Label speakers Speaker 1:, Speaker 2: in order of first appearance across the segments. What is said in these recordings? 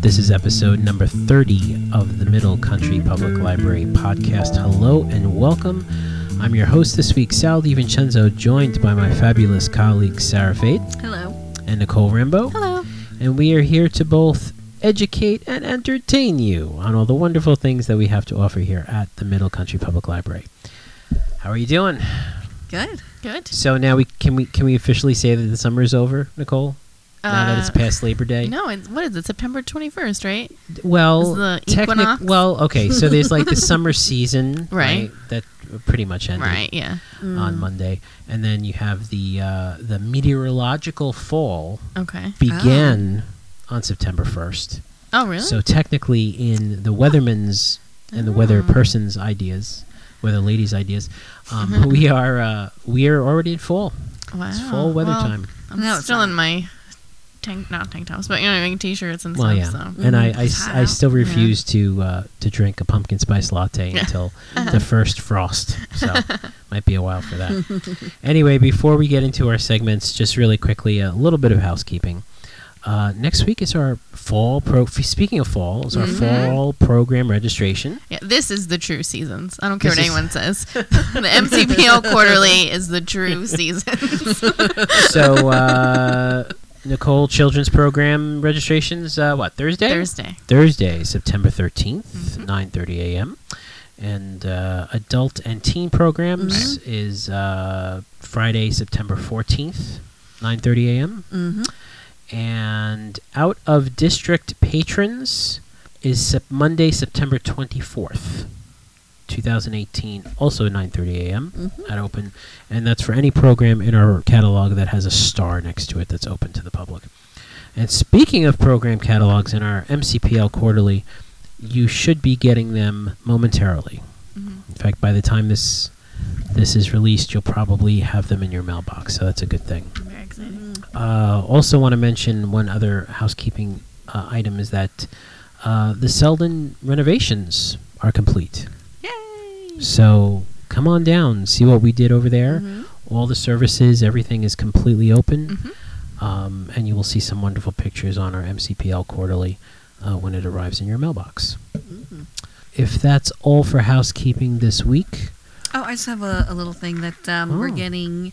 Speaker 1: This is episode number 30 of the Middle Country Public Library podcast. Hello and welcome. I'm your host this week, Sal DiVincenzo, joined by my fabulous colleagues Sarah Fate
Speaker 2: Hello.
Speaker 1: and Nicole Rambo.
Speaker 2: Hello.
Speaker 1: And we are here to both educate and entertain you on all the wonderful things that we have to offer here at the Middle Country Public Library. How are you doing?
Speaker 2: Good.
Speaker 3: Good.
Speaker 1: So now we can we can we officially say that the summer is over, Nicole? now that it's
Speaker 3: Uh,
Speaker 1: past Labor Day.
Speaker 3: No, it's what is it? September twenty first, right?
Speaker 1: Well,
Speaker 3: Is the
Speaker 1: technic-
Speaker 3: equinox?
Speaker 1: well, okay. So there's like the summer season,
Speaker 3: Right.
Speaker 1: That pretty much ended
Speaker 3: Right. Mm. Yeah.
Speaker 1: on Monday, and then you have the uh, the meteorological fall
Speaker 3: Okay.
Speaker 1: began on September first.
Speaker 3: Oh, really?
Speaker 1: So technically, in the weatherman's and the weather
Speaker 3: Oh.
Speaker 1: person's ideas, weather lady's ideas, um,
Speaker 3: Mm-hmm.
Speaker 1: we are uh, we are already in fall.
Speaker 3: wow.
Speaker 1: It's fall weather
Speaker 3: Well,
Speaker 1: time.
Speaker 3: I'm
Speaker 2: No, it's
Speaker 3: still
Speaker 2: not.
Speaker 3: in my tank, not tank tops, but you know, what I mean, t-shirts and
Speaker 1: Well,
Speaker 3: stuff.
Speaker 1: yeah,
Speaker 3: So.
Speaker 1: and I, I
Speaker 2: It's
Speaker 1: s-
Speaker 2: hot
Speaker 1: I
Speaker 2: out.
Speaker 1: still refuse to uh, to drink a pumpkin spice latte
Speaker 3: Yeah.
Speaker 1: until the first frost. So might be a while for that. anyway, before we get into our segments, just really quickly a little bit of housekeeping. Uh, next week is our fall pro. f- Speaking of fall, is our fall program registration.
Speaker 3: Yeah, this is the true seasons. I don't care
Speaker 1: This
Speaker 3: what
Speaker 1: is-
Speaker 3: anyone says. the MCPL quarterly is the true seasons.
Speaker 1: So uh, Nicole Children's Program registrations. Uh, what Thursday?
Speaker 3: Thursday.
Speaker 1: Thursday, September 13th, 9:30 a.m. And uh, adult and teen programs is uh, Friday, September 14th, 9:30 a.m.
Speaker 2: Mm-hmm.
Speaker 1: And out of district patrons is sep- Monday, September 24th. 2018, also 9:30 a.m. at open, and that's for any program in our catalog that has a star next to it that's open to the public. And speaking of program catalogs in our MCPL quarterly, you should be getting them momentarily.
Speaker 3: Mm-hmm.
Speaker 1: In fact, by the time this this is released, you'll probably have them in your mailbox, so that's a good thing.
Speaker 3: Very
Speaker 2: Mm-hmm.
Speaker 3: exciting.
Speaker 1: Uh, also, want to mention one other housekeeping uh, item is that uh, the Selden renovations are complete.
Speaker 3: Yay!
Speaker 1: So come on down, see what we did over there. All the services, everything is completely open,
Speaker 3: Mm-hmm.
Speaker 2: Mm-hmm.
Speaker 1: um, and you will see some wonderful pictures on our MCPL quarterly uh, when it arrives in your mailbox.
Speaker 2: Mm-hmm.
Speaker 1: If that's all for housekeeping this week,
Speaker 2: Oh, I just have a, a little thing that um, we're
Speaker 1: Oh.
Speaker 2: getting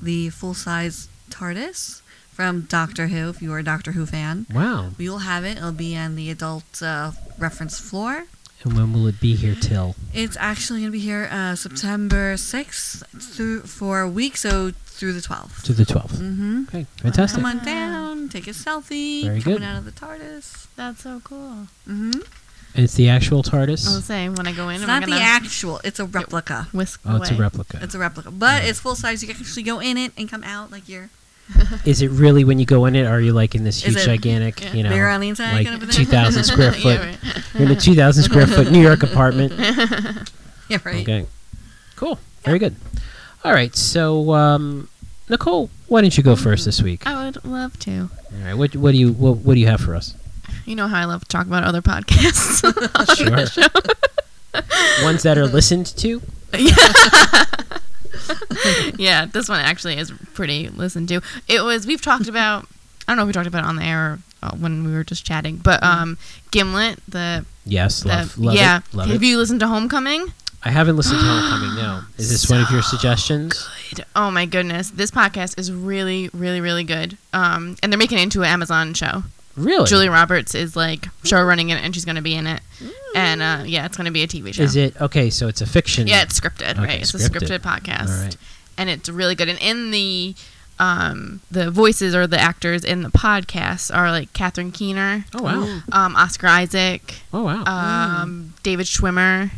Speaker 2: the full size TARDIS from Doctor Who. If you are a Doctor Who fan,
Speaker 1: wow!
Speaker 2: we will have it. It'll be on the adult uh, reference floor.
Speaker 1: And when will it be here till?
Speaker 2: It's actually going to be here uh, September sixth through for a week, so through the twelfth.
Speaker 1: To the 12th.
Speaker 2: Mm-hmm.
Speaker 1: Okay, fantastic.
Speaker 2: Come on down, take a selfie.
Speaker 1: Very
Speaker 2: coming
Speaker 1: good.
Speaker 2: out of the TARDIS.
Speaker 3: That's so cool.
Speaker 2: Mm-hmm.
Speaker 1: And it's the actual TARDIS.
Speaker 3: I'll say when I go in,
Speaker 2: Oh, It's
Speaker 3: I'm
Speaker 2: not
Speaker 3: gonna
Speaker 2: the actual. It's a replica.
Speaker 3: whisk
Speaker 1: Oh, it's a
Speaker 3: away.
Speaker 1: replica.
Speaker 2: It's a replica, but it's full size. You can actually go in it and come out like you're
Speaker 1: is it really when you go in it? Are you like in this
Speaker 2: Is
Speaker 1: huge,
Speaker 2: it
Speaker 1: gigantic,
Speaker 3: Yeah.
Speaker 1: you know,
Speaker 2: bigger on the inside.
Speaker 1: like
Speaker 2: kind of a
Speaker 1: two
Speaker 2: thing?
Speaker 1: thousand square
Speaker 3: Yeah,
Speaker 1: foot?
Speaker 3: right.
Speaker 1: You're in a two thousand square foot New York apartment.
Speaker 2: yeah, right.
Speaker 1: Okay, cool, very good. All right, so um, Nicole, why don't you go first this week? All
Speaker 3: I would love to.
Speaker 1: right, what, what do you what, what do you have for us?
Speaker 3: You know how I love to talk about other podcasts.
Speaker 1: Sure. Ones that are listened to.
Speaker 3: yeah, this one actually is pretty listened to. It was we've talked about. I don't know if we talked about it on the air or uh, when we were just chatting, but um, Gimlet, the,
Speaker 1: Yes,
Speaker 3: the
Speaker 1: Mm-hmm. love, love
Speaker 3: Um, yeah,
Speaker 1: it, love
Speaker 3: have
Speaker 1: it.
Speaker 3: you listened to Homecoming?
Speaker 1: I haven't listened to Homecoming. No, is this one of your suggestions?
Speaker 3: Oh my goodness, this podcast is really, really, really good. Um, and they're making it into an Amazon show.
Speaker 1: Really,
Speaker 3: Julia Roberts is like show running it, and she's going to be in it. And uh, yeah, it's going to be a TV show.
Speaker 1: is it okay? So it's a fiction.
Speaker 3: Yeah, it's scripted,
Speaker 1: Okay,
Speaker 3: right? It's
Speaker 1: scripted.
Speaker 3: a scripted podcast,
Speaker 1: All right.
Speaker 3: and it's really good. And in the um, the voices or the actors in the podcast are like Katherine Keener,
Speaker 1: Oh wow!
Speaker 3: um, Oscar Isaac,
Speaker 1: Oh wow!
Speaker 3: um, David Schwimmer.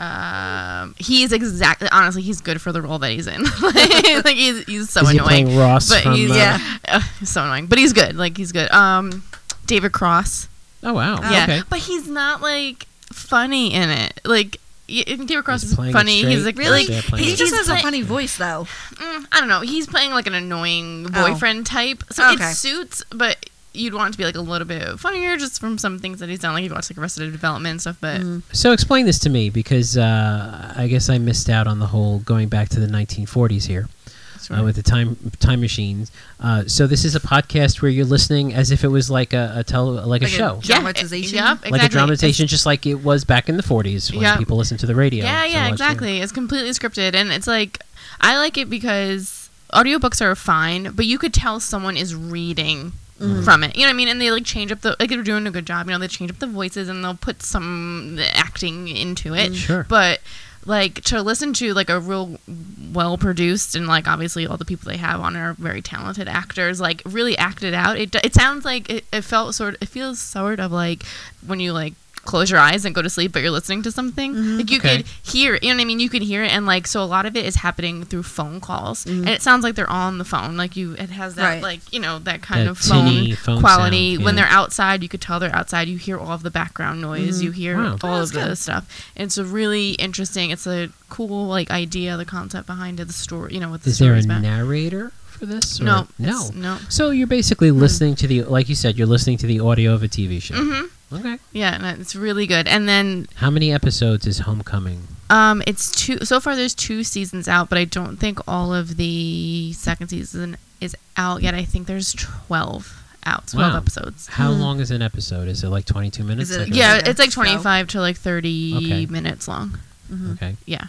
Speaker 3: Um, he's exactly honestly, he's good for the role that he's in. like, like, he's, he's so
Speaker 1: is he
Speaker 3: annoying,
Speaker 1: playing Ross
Speaker 3: but
Speaker 1: from?
Speaker 3: he's
Speaker 1: uh,
Speaker 3: yeah, he's so annoying. But he's good. Like he's good. Um, David Cross.
Speaker 1: Oh wow!
Speaker 3: Yeah,
Speaker 1: Okay.
Speaker 3: but he's not like funny in it. Like y- David Cross
Speaker 1: He's
Speaker 3: is
Speaker 1: playing it
Speaker 3: funny. He's
Speaker 1: straight?
Speaker 3: like
Speaker 2: Really?
Speaker 1: Yeah,
Speaker 3: like,
Speaker 1: playing
Speaker 2: he
Speaker 1: it.
Speaker 2: just
Speaker 3: He's
Speaker 2: has a
Speaker 3: play-
Speaker 2: funny voice, though.
Speaker 3: mm, I don't know. He's playing like an annoying
Speaker 2: Oh.
Speaker 3: boyfriend type, so
Speaker 2: Okay.
Speaker 3: it suits. But you'd want it to be like a little bit funnier just from some things that he's done. Like you've watched like Arrested Development and stuff, but
Speaker 2: Mm.
Speaker 1: So explain this to me because uh, I guess I missed out on the whole going back to the 1940s here
Speaker 3: sort
Speaker 1: uh,
Speaker 3: of-
Speaker 1: with the time time machines. Uh, so this is a podcast where you're listening as if it was like a, a tele, like, a
Speaker 2: Like a
Speaker 1: show,
Speaker 2: dra- dramatization?
Speaker 3: Yeah, e, yep, exactly.
Speaker 1: like a dramatization, just like it was back in the 40s when
Speaker 3: Yeah.
Speaker 1: people listened to the radio.
Speaker 3: Yeah,
Speaker 1: to
Speaker 3: yeah,
Speaker 1: watch the-
Speaker 3: exactly. It's completely scripted and it's like I like it because audiobooks are fine, but you could tell someone is reading
Speaker 1: Mm-hmm.
Speaker 3: from it. You know what I mean? And they like change up the like they're doing a good job, you know, they change up the voices and they'll put some acting into it.
Speaker 1: Mm-hmm. Sure.
Speaker 3: But like to listen to like a real well produced and like obviously all the people they have on are very talented actors like really acted out it, it sounds like it, it felt sort it feels sort of like when you like close your eyes and go to sleep but you're listening to something
Speaker 2: Mm-hmm.
Speaker 3: like you
Speaker 1: Okay.
Speaker 3: could hear you know what i mean you could hear it and like so a lot of it is happening through phone calls and it sounds like they're all on the phone like you it has that
Speaker 2: Mm-hmm. Right.
Speaker 3: like you know that kind
Speaker 1: That
Speaker 3: of phone,
Speaker 1: tinny phone
Speaker 3: quality
Speaker 1: sound,
Speaker 3: when
Speaker 1: yeah.
Speaker 3: they're outside you could tell they're outside you hear all of the background noise you hear
Speaker 1: Wow.
Speaker 3: all
Speaker 2: Oh, that's
Speaker 3: of the
Speaker 2: good.
Speaker 3: stuff and it's a really interesting it's a cool like idea the concept behind it the story you know what the
Speaker 1: Is there a
Speaker 3: story's about
Speaker 1: narrator for this? or-
Speaker 3: no
Speaker 1: no.
Speaker 3: it's- Mm. no
Speaker 1: So you're basically listening to the, like you said, you're listening to the audio of a TV show. Okay.
Speaker 3: Mm-hmm. yeah and it's really good and then
Speaker 1: How many episodes is Homecoming?
Speaker 3: Um, it's two. So far, there's two seasons out, but I don't think all of the second season is out yet. I think there's twelve out, twelve
Speaker 1: Wow.
Speaker 3: episodes.
Speaker 1: How long is an episode? Is it like 22 minutes?
Speaker 2: it-
Speaker 1: Like a-
Speaker 3: Mm. Yeah,
Speaker 2: Okay.
Speaker 3: it's like
Speaker 2: So-
Speaker 3: 25 to like 30
Speaker 1: Okay.
Speaker 3: minutes long.
Speaker 2: Mm-hmm.
Speaker 1: Okay.
Speaker 3: Yeah.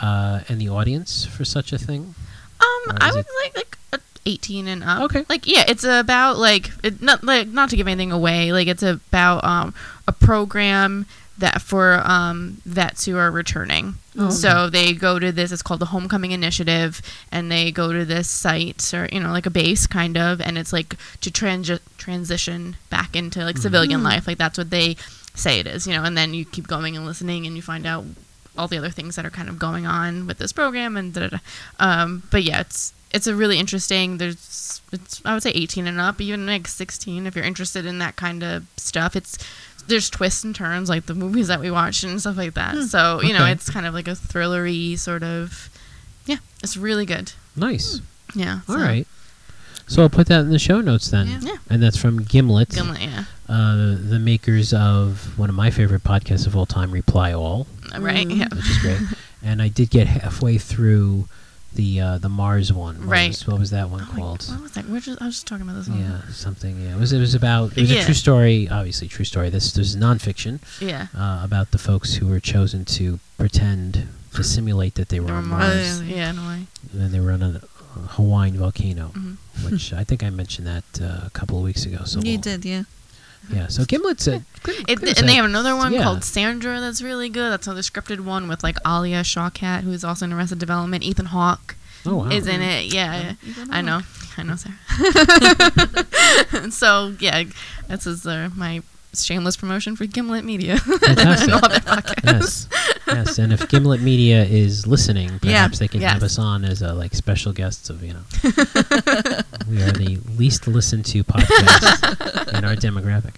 Speaker 1: Uh, and the audience for such a thing?
Speaker 3: Um,
Speaker 1: Or
Speaker 3: I
Speaker 1: is
Speaker 3: would
Speaker 1: it-
Speaker 3: like like a 18 and up.
Speaker 1: Okay.
Speaker 3: Like yeah, it's about like it, not like not to give anything away. Like it's about um a program that for um vets who are returning.
Speaker 1: Oh,
Speaker 3: So they go to this. It's called the Homecoming Initiative, and they go to this site or you know like a base kind of, and it's like to transi- transition back into
Speaker 1: Mm-hmm.
Speaker 3: like civilian life. Like that's what they say it is, you know. And then you keep going and listening, and you find out all the other things that are kind of going on with this program and da da da. Um, but yeah, it's it's a really interesting. There's it's I would say 18 and up, even like 16 if you're interested in that kind of stuff. It's there's twists and turns like the movies that we watch and stuff like that. So you know,
Speaker 1: Hmm. Okay.
Speaker 3: it's kind of like a thrillery sort of. Yeah, it's really good. Mm.
Speaker 1: Nice.
Speaker 3: Yeah.
Speaker 1: All
Speaker 3: so-
Speaker 1: right. So I'll put that in the show notes then.
Speaker 2: Yeah.
Speaker 3: Yeah.
Speaker 1: And that's from Gimlet,
Speaker 3: Gimlet, yeah.
Speaker 1: Uh, the makers of one of my favorite podcasts of all time, Reply All,
Speaker 3: Right.
Speaker 1: Mm-hmm.
Speaker 2: Mm.
Speaker 3: Yeah.
Speaker 1: which is great. and I did get halfway through the uh, the Mars one. What
Speaker 3: Right.
Speaker 1: Was, what was that one
Speaker 3: Oh my
Speaker 1: called?
Speaker 3: God, what was that? We're just, I was just talking about this one.
Speaker 1: Yeah, something. Yeah, it was. It was about. It was a
Speaker 3: Yeah.
Speaker 1: true story. Obviously, true story. This, this is nonfiction
Speaker 3: Yeah.
Speaker 1: uh, about the folks who were chosen to pretend to simulate that they were
Speaker 3: They were
Speaker 1: on
Speaker 3: Mars.
Speaker 1: Mars.
Speaker 2: Oh,
Speaker 3: Yeah, in a way.
Speaker 1: and then they were on a a Hawaiian volcano,
Speaker 3: Mhm.
Speaker 1: which I think I mentioned that uh, a couple of weeks ago. So
Speaker 2: You
Speaker 1: we'll-
Speaker 2: did, yeah.
Speaker 1: yeah. So Gimlet's a Gim-
Speaker 3: It,
Speaker 1: Gimlet's
Speaker 3: and
Speaker 1: a-
Speaker 3: they have another one
Speaker 1: yeah.
Speaker 3: called Sandra that's really good. That's another scripted one with like Alia Shawkat, who's also in Arrested Development. Ethan Hawke
Speaker 1: Oh wow! Oh.
Speaker 3: is in it. Yeah,
Speaker 2: Ethan
Speaker 3: I know, I know, Sarah. so yeah, this is uh, my shameless promotion for Gimlet Media.
Speaker 1: Fantastic.
Speaker 3: I love that podcast.
Speaker 1: yes, yes. And if Gimlet Media is listening,
Speaker 2: Yeah,
Speaker 1: perhaps they can have us
Speaker 3: yes.
Speaker 1: on as a, like special guests of you know. we are the least listened to podcast in our demographic.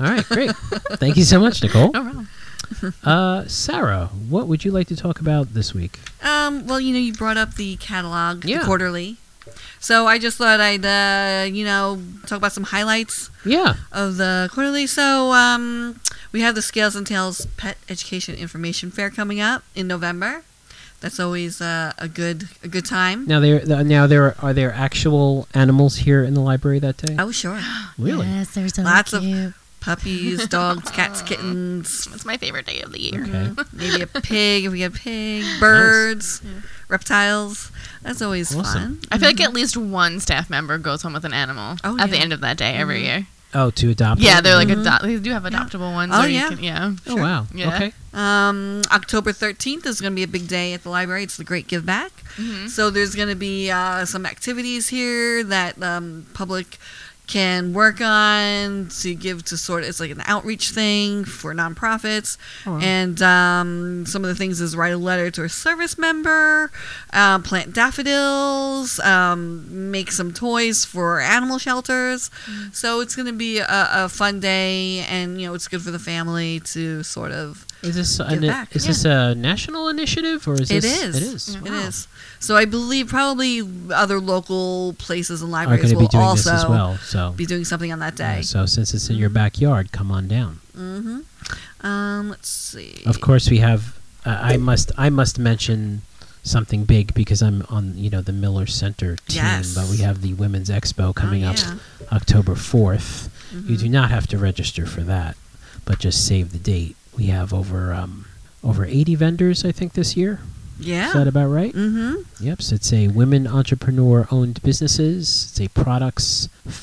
Speaker 1: All right, great. Thank you so much, Nicole.
Speaker 3: No problem.
Speaker 1: Uh, Sarah, what would you like to talk about this week?
Speaker 2: Um, well, you know, you brought up the catalog the
Speaker 1: Yeah.
Speaker 2: quarterly. So I just thought I'd, uh, you know, talk about some highlights
Speaker 1: Yeah.
Speaker 2: of the quarterly. So um, we have the Scales and Tails Pet Education Information Fair coming up in November. That's always uh, a good a good time.
Speaker 1: Now there, th- now there are there actual animals here in the library that day.
Speaker 2: Oh sure,
Speaker 1: really?
Speaker 3: Yes, there's
Speaker 2: Lots of- puppies, dogs, cats, kittens,
Speaker 3: That's my favorite day of the year.
Speaker 2: Mm-hmm.
Speaker 1: Okay.
Speaker 2: maybe a pig if we get a pig, birds, reptiles. That's always
Speaker 1: Awesome.
Speaker 2: fun.
Speaker 3: I feel like at least one staff member goes home with an animal
Speaker 2: Mm-hmm. Oh,
Speaker 3: at the
Speaker 2: yeah. Mm-hmm.
Speaker 3: end of that day every year.
Speaker 1: Oh, to adopt.
Speaker 3: Yeah, they're like
Speaker 1: a.
Speaker 3: adopt. They do have adoptable ones.
Speaker 2: Oh,
Speaker 3: or you
Speaker 2: yeah.
Speaker 3: can- yeah.
Speaker 1: Oh wow.
Speaker 3: Yeah.
Speaker 1: Okay.
Speaker 2: Um, October 13th is going to be a big day at the library. It's the Great Give Back.
Speaker 3: Mm-hmm.
Speaker 2: So there's going to be uh, some activities here that um, public can work on to give to sort. It's like an outreach thing for nonprofits, and um, some of the things is write a letter to a service member, uh, plant daffodils, um, make some toys for animal shelters. So it's going to be a, a fun day, and you know it's good for the family to sort of
Speaker 1: Is this
Speaker 2: Give
Speaker 1: an,
Speaker 2: back.
Speaker 1: is this a national initiative or is
Speaker 2: It
Speaker 1: this
Speaker 2: is. Mm-hmm.
Speaker 1: it is
Speaker 2: It
Speaker 1: Wow.
Speaker 2: is. So I believe probably other local places and
Speaker 1: are going
Speaker 2: libraries
Speaker 1: to be
Speaker 2: will
Speaker 1: doing this
Speaker 2: also
Speaker 1: as well. So
Speaker 2: be doing something on that
Speaker 1: yeah,
Speaker 2: day. Mm-hmm.
Speaker 1: so since it's in your backyard, come on down.
Speaker 2: hmm Um, let's see.
Speaker 1: Of course, we have. Uh, I must. I must mention something big because I'm on. You know the Miller Center team,
Speaker 2: Yes.
Speaker 1: but we have the Women's Expo
Speaker 2: Oh,
Speaker 1: coming
Speaker 2: yeah.
Speaker 1: up October 4th You
Speaker 2: Mhm.
Speaker 1: do not have to register for that, but just save the date. We have over um, over 80 vendors, I think, this year.
Speaker 2: Yeah.
Speaker 1: Is that about right?
Speaker 2: mm-hmm.
Speaker 1: Yep. So it's a women entrepreneur-owned businesses. It's a products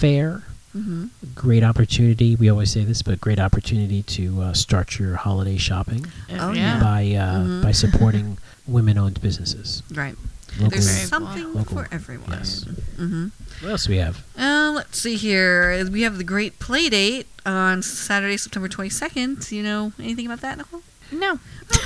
Speaker 1: fair
Speaker 2: Mm-hmm.
Speaker 1: great opportunity. We always say this, but great opportunity to uh, start your holiday shopping
Speaker 2: Oh, yeah.
Speaker 1: by uh,
Speaker 2: Mhm.
Speaker 1: by supporting women-owned businesses.
Speaker 2: Right.
Speaker 1: Local,
Speaker 2: There's
Speaker 3: Very
Speaker 2: something
Speaker 1: well.
Speaker 2: for
Speaker 1: Local,
Speaker 2: everyone.
Speaker 1: yes.
Speaker 2: Mm-hmm.
Speaker 1: What else do we have?
Speaker 2: Uh, let's see here. We have the Great Play Date on Saturday, September 22nd. You know anything about that, Nicole?
Speaker 3: No,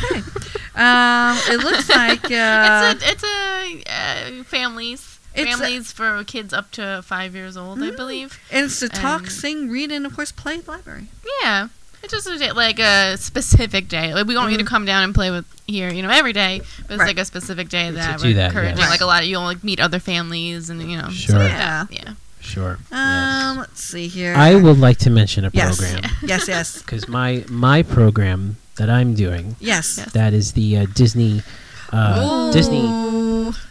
Speaker 2: Okay. um, it looks like uh,
Speaker 3: it's a it's a uh, families
Speaker 2: It's a-
Speaker 3: families for kids up to five years old, I
Speaker 2: Mm.
Speaker 3: believe.
Speaker 2: and it's to talk,
Speaker 3: um,
Speaker 2: sing, read, and of course play at the library.
Speaker 3: Yeah, it's just a day, like a specific day. Like we want you to
Speaker 2: Mhm.
Speaker 3: come down and play with here, you know, every day. But it's
Speaker 2: Right.
Speaker 3: like a specific day
Speaker 1: To
Speaker 3: that
Speaker 1: do
Speaker 3: we're
Speaker 1: that,
Speaker 3: encouraging.
Speaker 2: yes.
Speaker 3: Like a lot of you'll like meet other families and you know. stuff
Speaker 1: Sure.
Speaker 3: like
Speaker 2: Yeah.
Speaker 3: that. Yeah.
Speaker 1: Sure.
Speaker 2: Um, let's see here.
Speaker 1: I would like to mention a
Speaker 2: Yes.
Speaker 1: program
Speaker 2: Yes, yes,
Speaker 1: because my my program that I'm doing
Speaker 2: yes.
Speaker 3: Yes.
Speaker 1: that is the uh, Disney uh,
Speaker 2: Ooh.
Speaker 1: Disney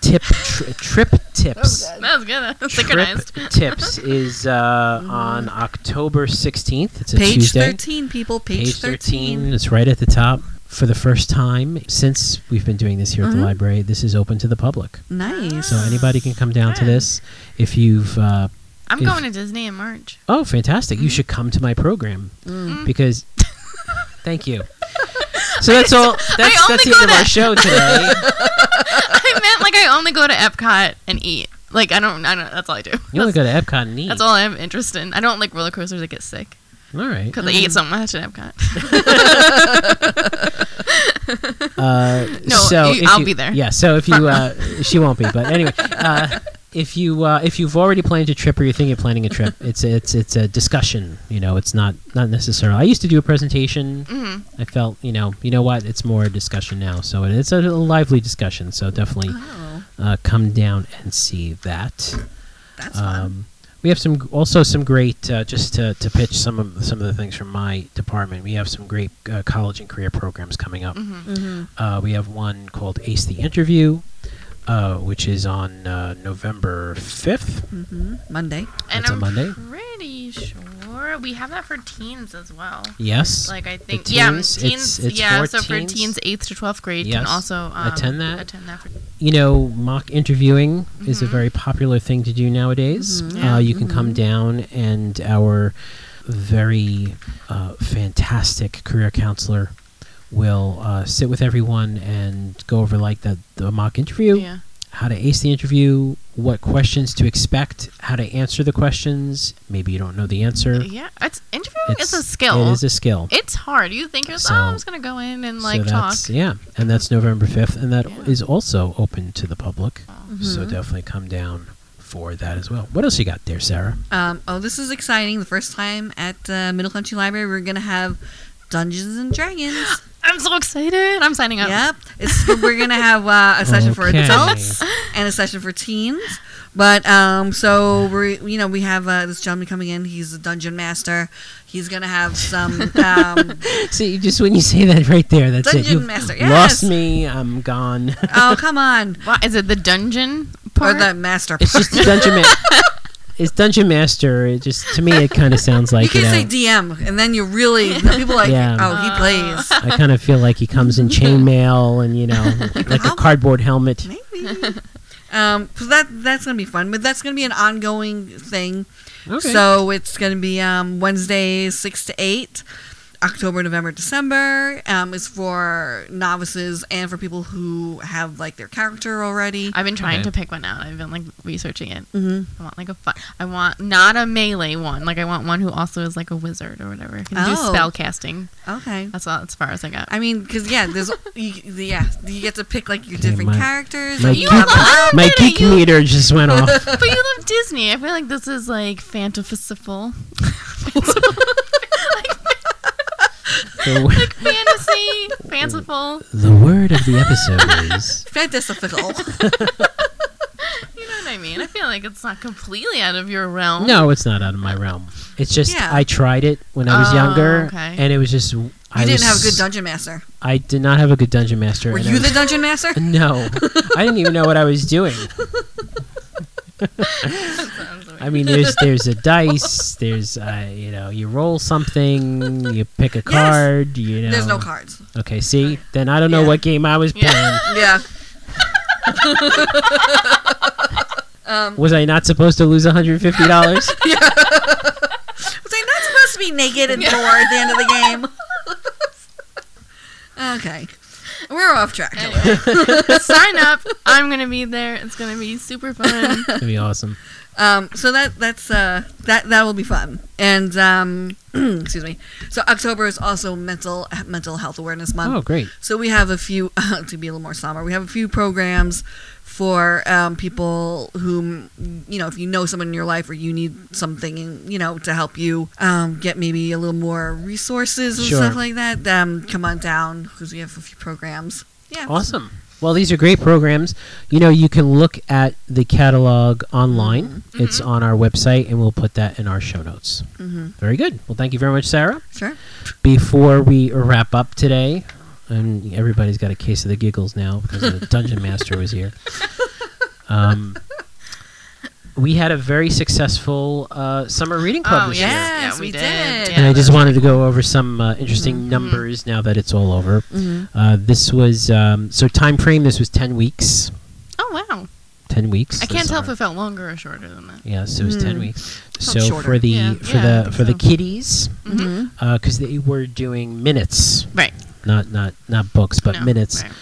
Speaker 1: tip tri- trip tips.
Speaker 2: Oh,
Speaker 3: That was good. That was
Speaker 1: Trip
Speaker 3: synchronized.
Speaker 1: tips is uh, on October 16th. It's a
Speaker 2: Page
Speaker 1: Tuesday.
Speaker 2: thirteen, people. Page,
Speaker 1: page
Speaker 2: 13.
Speaker 1: 13 it's right at the top for the first time since we've been doing this here at
Speaker 2: Mhm.
Speaker 1: the library this is open to the public
Speaker 2: Nice.
Speaker 1: so anybody can come down to
Speaker 3: Good.
Speaker 1: this if you've uh,
Speaker 3: I'm
Speaker 1: If-
Speaker 3: going to Disney in March.
Speaker 1: oh fantastic
Speaker 3: Mm.
Speaker 1: you should come to my program
Speaker 2: Mm.
Speaker 1: because thank you so that's all that's
Speaker 3: only
Speaker 1: that's the
Speaker 3: go
Speaker 1: end of our
Speaker 3: to-
Speaker 1: show today
Speaker 3: I meant like I only go to Epcot and eat. Like I don't. I don't. That's all I do.
Speaker 1: you only
Speaker 3: That's,
Speaker 1: go to epcot and eat
Speaker 3: that's all I'm interested in. I don't like roller coasters. I get sick
Speaker 1: all right
Speaker 3: because I eat so much at Epcot.
Speaker 1: uh,
Speaker 3: No,
Speaker 1: so
Speaker 3: you-
Speaker 1: if
Speaker 3: I'll be there.
Speaker 1: Yeah, so if you, uh, she won't be, but anyway, uh, if you uh, if you've already planned a trip or you think of planning a trip, it's it's it's a discussion. You know, it's not not necessarily. I used to do a presentation.
Speaker 3: Mhm.
Speaker 1: I felt you know you know what it's more a discussion now. So it, it's a, lively discussion. So definitely
Speaker 3: Uh-huh.
Speaker 2: Oh,
Speaker 1: uh, come down and see that.
Speaker 2: that's fun.
Speaker 1: Um, we have some also some great uh, just to, to pitch some of some of the things from my department. We have some great uh, college and career programs coming up.
Speaker 2: Mm-hmm.
Speaker 1: Uh, we have one called Ace the Interview, uh, which is on uh, November 5th.
Speaker 2: Mm-hmm. Monday.
Speaker 3: And
Speaker 1: That's a
Speaker 3: I'm
Speaker 1: Monday.
Speaker 3: pretty sure we have that for teens as well.
Speaker 1: Yes.
Speaker 3: Like I think,
Speaker 1: The
Speaker 3: yeah,
Speaker 1: teens, it's-
Speaker 3: teens,
Speaker 1: it's
Speaker 3: yeah.
Speaker 1: for
Speaker 3: so
Speaker 1: teens.
Speaker 3: for teens, eighth to twelfth grade,
Speaker 1: Yes.
Speaker 3: can also um,
Speaker 1: Attend that.
Speaker 3: Attend that. For,
Speaker 1: you know, mock interviewing is a
Speaker 3: Mhm.
Speaker 1: very popular thing to do nowadays.
Speaker 2: Mhm.
Speaker 3: Mm-hmm. Yeah.
Speaker 1: Uh, you can come down, and our very uh, fantastic career counselor will uh, sit with everyone and go over like the, the mock interview.
Speaker 3: yeah.
Speaker 1: how to ace the interview, what questions to expect, how to answer the questions. Maybe you don't know the answer.
Speaker 3: Yeah. It's interviewing is a
Speaker 1: It
Speaker 3: skill.
Speaker 1: is a skill.
Speaker 3: it's hard. You think you're
Speaker 1: So-
Speaker 3: oh, I'm just gonna go in and like talk.
Speaker 1: that's, Yeah, and that's November 5th, and that is
Speaker 3: Yeah.
Speaker 1: also open to the public. So
Speaker 2: Mhm.
Speaker 1: definitely come down for that as well. What else you got there, Sarah?
Speaker 2: Um, oh, this is exciting. The first time at uh, Middle Country Library, we're going to have Dungeons and Dragons.
Speaker 3: I'm so excited. I'm signing up.
Speaker 2: Yep. It's, we're going to have uh, a session for
Speaker 1: Okay.
Speaker 2: adults and a session for teens. But um, so we, are you know, we have uh, this gentleman coming in. He's a dungeon master. He's going to have some um,
Speaker 1: See, just when you say that right there, that's it.
Speaker 2: Dungeon
Speaker 1: You've
Speaker 2: Master, yes.
Speaker 1: lost me. I'm gone.
Speaker 2: Oh, come on.
Speaker 3: Why, is it the dungeon part?
Speaker 2: Or the master part.
Speaker 1: it's just Dungeon Master. It's Dungeon Master. It just to me, it kind of sounds
Speaker 2: you
Speaker 1: like
Speaker 2: can
Speaker 1: know,
Speaker 2: say DM, and then you really, people are like,
Speaker 1: Yeah.
Speaker 2: oh, he plays.
Speaker 1: I kind of feel like he comes in chainmail and you know, like a
Speaker 2: How-
Speaker 1: cardboard helmet.
Speaker 2: Maybe. Um, so that that's gonna be fun, but that's gonna be an ongoing thing.
Speaker 1: Okay.
Speaker 2: So it's gonna be um, Wednesdays six to eight, October, November, December. Um, is for novices and for people who have like their character already.
Speaker 3: I've been trying
Speaker 1: Okay.
Speaker 3: to pick one out. I've been like researching it.
Speaker 2: Mhm.
Speaker 3: I want like a fun. I want not a melee one. Like I want one who also is like a wizard or whatever. Can do
Speaker 2: Oh.
Speaker 3: spell casting.
Speaker 2: Okay.
Speaker 3: That's all. As far as I got.
Speaker 2: I mean, because yeah, there's you, yeah, you get to pick like your
Speaker 1: Okay,
Speaker 2: different
Speaker 1: my-
Speaker 2: characters.
Speaker 1: my
Speaker 2: and you
Speaker 1: geek-
Speaker 2: have a-
Speaker 3: love
Speaker 1: My
Speaker 3: it,
Speaker 1: geek
Speaker 3: you-
Speaker 1: meter just went off.
Speaker 3: but you love Disney. I feel like this is like fantastical.
Speaker 1: The,
Speaker 3: like fantasy, fanciful.
Speaker 1: the word of the episode is
Speaker 2: Fantastical.
Speaker 3: You know what I mean? I feel like it's not completely out of your realm.
Speaker 1: no, it's not out of my realm. It's just
Speaker 2: Yeah.
Speaker 1: I tried it when I was
Speaker 3: Oh,
Speaker 1: younger,
Speaker 3: okay.
Speaker 1: and it was just I
Speaker 2: You didn't
Speaker 1: was-
Speaker 2: have a good dungeon master.
Speaker 1: I did not have a good dungeon master.
Speaker 2: Were
Speaker 1: and I
Speaker 2: you
Speaker 1: was-
Speaker 2: the dungeon master?
Speaker 1: No, I didn't even know what I was doing. I mean, there's there's a dice. There's uh, you know, you roll something, you pick a card. You know,
Speaker 2: There's no cards.
Speaker 1: Okay, see, then I don't know
Speaker 2: Yeah.
Speaker 1: what game I was
Speaker 3: Yeah.
Speaker 1: playing.
Speaker 2: Yeah. Um,
Speaker 1: Was I not supposed to lose 150 dollars?
Speaker 2: Was I not supposed to be naked and poor at the end of the game? okay. We're off track.
Speaker 3: Sign up. I'm gonna be there. It's gonna be super fun. Oh,
Speaker 1: That'd be awesome.
Speaker 2: Um, so that that's uh, that that will be fun. And um, excuse me. So October is also mental mental health awareness month.
Speaker 1: Oh, great.
Speaker 2: So we have a few to be a little more somber. We have a few programs for um, people whom you know, if you know someone in your life or you need something, you know, to help you um, get maybe a little more resources and
Speaker 1: Sure.
Speaker 2: stuff like that. Um, come on down because we have a few programs. Yeah.
Speaker 1: Awesome. Well, these are great programs. You know, you can look at the catalog online.
Speaker 3: Mm-hmm.
Speaker 1: It's on our website, and we'll put that in our show notes.
Speaker 2: Mhm.
Speaker 1: Very good. Well, thank you very much, Sarah.
Speaker 2: Sure.
Speaker 1: Before we wrap up today, and everybody's got a case of the giggles now because the dungeon master was here. Um, we had a very successful uh, summer reading club
Speaker 3: oh
Speaker 1: this year.
Speaker 2: yes,
Speaker 3: yeah,
Speaker 2: we
Speaker 3: we did.
Speaker 2: did.
Speaker 3: Yeah,
Speaker 1: and I just
Speaker 3: that's Mm-hmm.
Speaker 1: wanted to go over some uh, interesting numbers now that it's all over. Uh, this was um, so time frame. This was ten weeks.
Speaker 3: Oh wow!
Speaker 1: Ten weeks.
Speaker 3: I can't
Speaker 1: That's
Speaker 3: tell
Speaker 1: our-
Speaker 3: if Hmm. it felt longer or shorter than that.
Speaker 1: Yes, it was ten
Speaker 2: Mm.
Speaker 1: weeks.
Speaker 2: Felt
Speaker 1: So
Speaker 2: shorter.
Speaker 1: for the
Speaker 3: Yeah.
Speaker 1: for
Speaker 3: Yeah, I
Speaker 1: the
Speaker 3: think
Speaker 1: for the
Speaker 3: so.
Speaker 1: kiddies,
Speaker 2: Mm-hmm.
Speaker 1: because they were doing minutes,
Speaker 3: Right.
Speaker 1: not not not books, but
Speaker 3: No,
Speaker 1: minutes.
Speaker 3: right.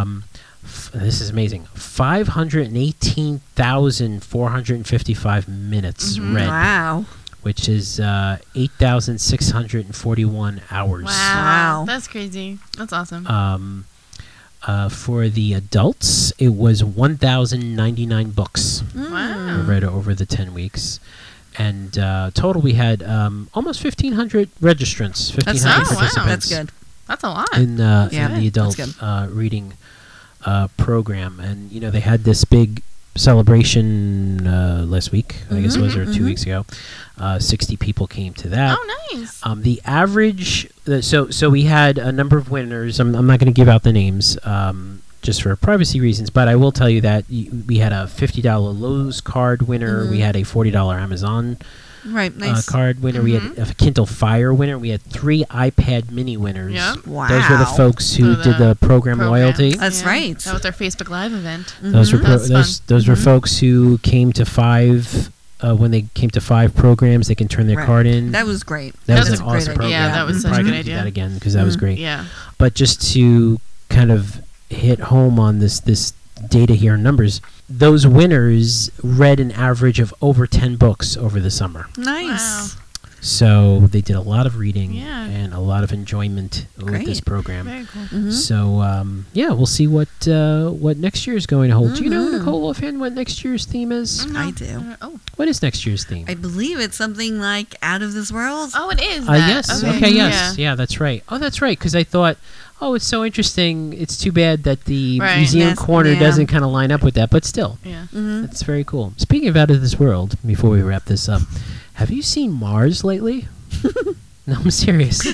Speaker 1: Um, f- this is amazing. Five hundred and eighteen thousand four hundred and fifty-five minutes
Speaker 3: Mhm.
Speaker 1: read,
Speaker 2: Wow.
Speaker 1: which is uh, eight thousand six hundred and forty-one hours.
Speaker 3: Wow.
Speaker 2: Wow.
Speaker 3: That's crazy. That's awesome.
Speaker 1: Um, uh, for the adults, it was 1,099 books
Speaker 2: Mm.
Speaker 3: wow.
Speaker 2: Ah.
Speaker 1: were read over the 10 weeks. And uh, total, we had um, almost 1,500 registrants, 1,500
Speaker 2: That's
Speaker 3: nice. Oh, wow.
Speaker 1: participants
Speaker 2: That's good.
Speaker 3: That's a lot.
Speaker 1: in, uh,
Speaker 2: Yeah,
Speaker 1: in the
Speaker 2: that's
Speaker 1: adult
Speaker 2: good.
Speaker 1: uh, reading uh, program. And, you know, they had this big celebration uh, last week, I guess it was, or 2
Speaker 2: mhm.
Speaker 1: weeks ago. Uh, 60 people came to that.
Speaker 3: oh nice.
Speaker 1: Um, the average, uh, so so we had a number of winners. I'm, I'm not going to give out the names um, just for privacy reasons, but I will tell you that y- we had a fifty dollar Lowe's card winner. We
Speaker 3: Mm-hmm.
Speaker 2: Mhm.
Speaker 1: had a forty dollar Amazon
Speaker 2: Right. Nice.
Speaker 1: uh, card winner. We
Speaker 3: Mm-hmm.
Speaker 1: had a Kindle Fire winner. We had three iPad Mini winners.
Speaker 3: Yep.
Speaker 2: Wow.
Speaker 1: Those were the folks who
Speaker 3: So
Speaker 1: did
Speaker 3: the
Speaker 1: the program,
Speaker 3: Programs.
Speaker 1: loyalty.
Speaker 2: That's
Speaker 3: Yeah.
Speaker 2: right.
Speaker 3: That was our Facebook Live event.
Speaker 1: Those were
Speaker 2: Mm-hmm.
Speaker 3: Mhm.
Speaker 1: pro-
Speaker 3: Uh, That's
Speaker 1: those
Speaker 3: fun.
Speaker 1: those were folks who came to five. Uh, when they came to five programs, they can turn their
Speaker 2: Right.
Speaker 1: card in.
Speaker 2: That was great. Mm-hmm.
Speaker 1: That was
Speaker 3: That's
Speaker 1: an
Speaker 2: a great
Speaker 1: awesome
Speaker 2: idea.
Speaker 1: program.
Speaker 3: Yeah, that was such a
Speaker 1: Probably
Speaker 3: good
Speaker 1: gonna do
Speaker 3: idea. Mm-hmm.
Speaker 1: That again because that was
Speaker 2: Mhm.
Speaker 1: great.
Speaker 3: Yeah.
Speaker 1: But just to kind of hit home on this this data here in numbers, those winners read an average of over ten books over the summer.
Speaker 2: Nice.
Speaker 1: So they did a lot of reading
Speaker 3: Yeah.
Speaker 1: and a lot of enjoyment with this
Speaker 2: Great.
Speaker 1: program.
Speaker 3: Very mm-hmm. cool.
Speaker 2: Mhm.
Speaker 1: So um, yeah, we'll see what uh, what next year is going to hold. Do you know
Speaker 3: Mm-hmm.
Speaker 2: Mhm.
Speaker 1: Nicole offhand what next year's theme is?
Speaker 3: No.
Speaker 2: I do.
Speaker 3: Uh, Oh.
Speaker 1: What is next year's theme?
Speaker 2: I believe it's something like out of this world.
Speaker 3: Oh, it is.
Speaker 1: Uh,
Speaker 3: that.
Speaker 1: yes. Okay. yes. Yeah. That's right. Oh, that's right. Because I thought, oh, it's so interesting. It's too bad that the
Speaker 3: Right.
Speaker 1: museum
Speaker 2: Yes,
Speaker 1: corner
Speaker 2: yeah.
Speaker 1: doesn't kind of line up with that, but still,
Speaker 3: Yeah. Yeah.
Speaker 2: hmm
Speaker 1: it's very cool. Speaking of out of this world, before we wrap this up, have you seen Mars lately? no, I'm serious.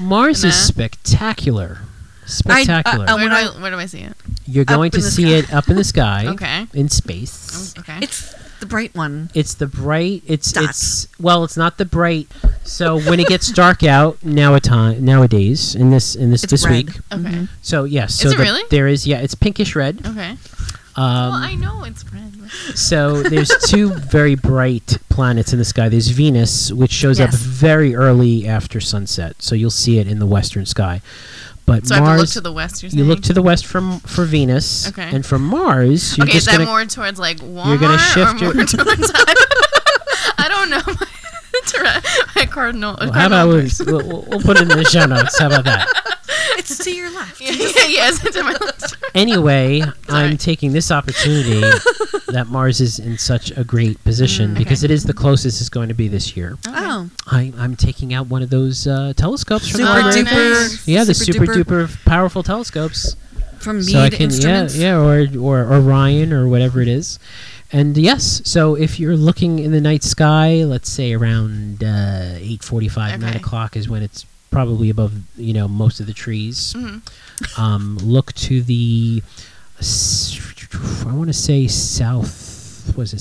Speaker 1: Mars
Speaker 3: Nah. oh,
Speaker 1: is spectacular. Spectacular.
Speaker 2: I-
Speaker 3: Where
Speaker 2: when
Speaker 3: do I,
Speaker 2: I-
Speaker 3: where do I see it?
Speaker 1: You're going to
Speaker 2: in the
Speaker 1: see
Speaker 2: sky.
Speaker 1: it up in the sky,
Speaker 3: Okay.
Speaker 1: in space.
Speaker 3: Okay.
Speaker 2: It's the bright one.
Speaker 1: It's the bright. It's
Speaker 2: Dots.
Speaker 1: it's well. It's not the bright. So when it gets dark out now a time nowadays in this in this
Speaker 2: It's
Speaker 1: this
Speaker 2: red.
Speaker 1: week.
Speaker 3: okay.
Speaker 1: So yes. So
Speaker 3: Is it
Speaker 1: the-
Speaker 3: really?
Speaker 1: there is yeah. It's pinkish red.
Speaker 3: Okay.
Speaker 2: mm-hmm.
Speaker 3: well, I
Speaker 1: Um,
Speaker 3: know it's red.
Speaker 1: so there's two very bright planets in the sky. There's Venus, which shows up
Speaker 2: Yes.
Speaker 1: very early after sunset. So you'll see it in the western sky. But
Speaker 3: So I have to look
Speaker 1: Mars,
Speaker 3: to the west. You're
Speaker 1: you look
Speaker 3: saying?
Speaker 1: to the west from for Venus,
Speaker 3: Okay.
Speaker 1: and from Mars, you're
Speaker 3: okay, is
Speaker 1: just gonna
Speaker 3: that more towards like Walmart
Speaker 1: you're gonna shift
Speaker 3: or
Speaker 1: your-
Speaker 3: more towards? I don't know. My, dire- my cardinal.
Speaker 1: Well, how
Speaker 3: cardinal
Speaker 1: about we,
Speaker 3: numbers.
Speaker 1: we'll, we'll put it in the show notes? How about that?
Speaker 2: It's to your left.
Speaker 3: yeah, yeah, yes, it's in my list.
Speaker 1: Anyway, I'm
Speaker 3: right.
Speaker 1: taking this opportunity that Mars is in such a great position because it is the closest it's going to be this year.
Speaker 2: Oh,
Speaker 1: I, I'm taking out one of those uh, telescopes from
Speaker 2: super
Speaker 1: Library.
Speaker 3: nice.
Speaker 2: duper.
Speaker 1: Yeah, the super, duper powerful telescopes.
Speaker 2: from
Speaker 1: so I
Speaker 2: Mead
Speaker 1: can yeah
Speaker 2: Instruments.
Speaker 1: yeah or, or or Orion or whatever it is, and yes. So if you're looking in the night sky, let's say around uh, eight forty-five, nine
Speaker 3: Okay.
Speaker 1: o'clock is when it's probably above you know most of the trees.
Speaker 3: Mhm.
Speaker 1: Um, look to the s- I want to say south was it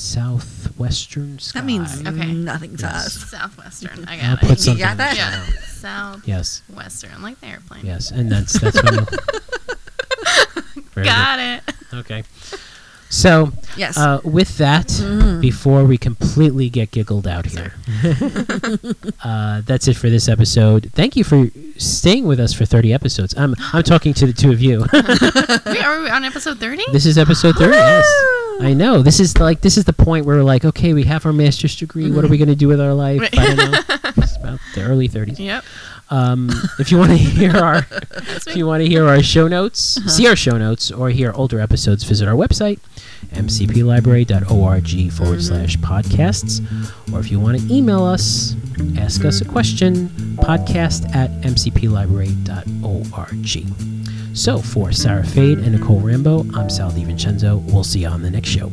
Speaker 1: southwestern sky.
Speaker 2: That means
Speaker 3: Okay.
Speaker 2: nothing to
Speaker 1: Yes.
Speaker 2: us.
Speaker 3: Southwestern. I
Speaker 1: I'll
Speaker 3: got
Speaker 1: put
Speaker 3: it.
Speaker 1: something.
Speaker 2: got that?
Speaker 3: Yeah.
Speaker 1: Yes.
Speaker 3: Southwestern, like the airplane.
Speaker 1: Yes, and that's that's when you'll- Very good.
Speaker 3: Got it.
Speaker 1: Okay. So,
Speaker 2: Yes.
Speaker 1: uh, with that,
Speaker 2: Mhm.
Speaker 1: before we completely get giggled out here, uh, that's it for this episode. Thank you for staying with us for 30 episodes. I'm, I'm talking to the two of you.
Speaker 3: Wait, are we on episode 30?
Speaker 1: this is episode 30. yes. I know. This is like this is the point where we're like, okay, we have our master's degree. What are we going to do with our life?
Speaker 3: Right.
Speaker 1: I don't know. it's about the early 30s.
Speaker 3: Yep.
Speaker 1: Um, if you want to hear our if you want to hear our show notes, see our show notes, or hear older episodes, visit our website, mcplibrary.org forward slash podcasts. Or if you want to email us, ask us a question, podcast at mcplibrary.org. So for Sarah Fade and Nicole Rambo, I'm Sal DiVincenzo. We'll see you on the next show.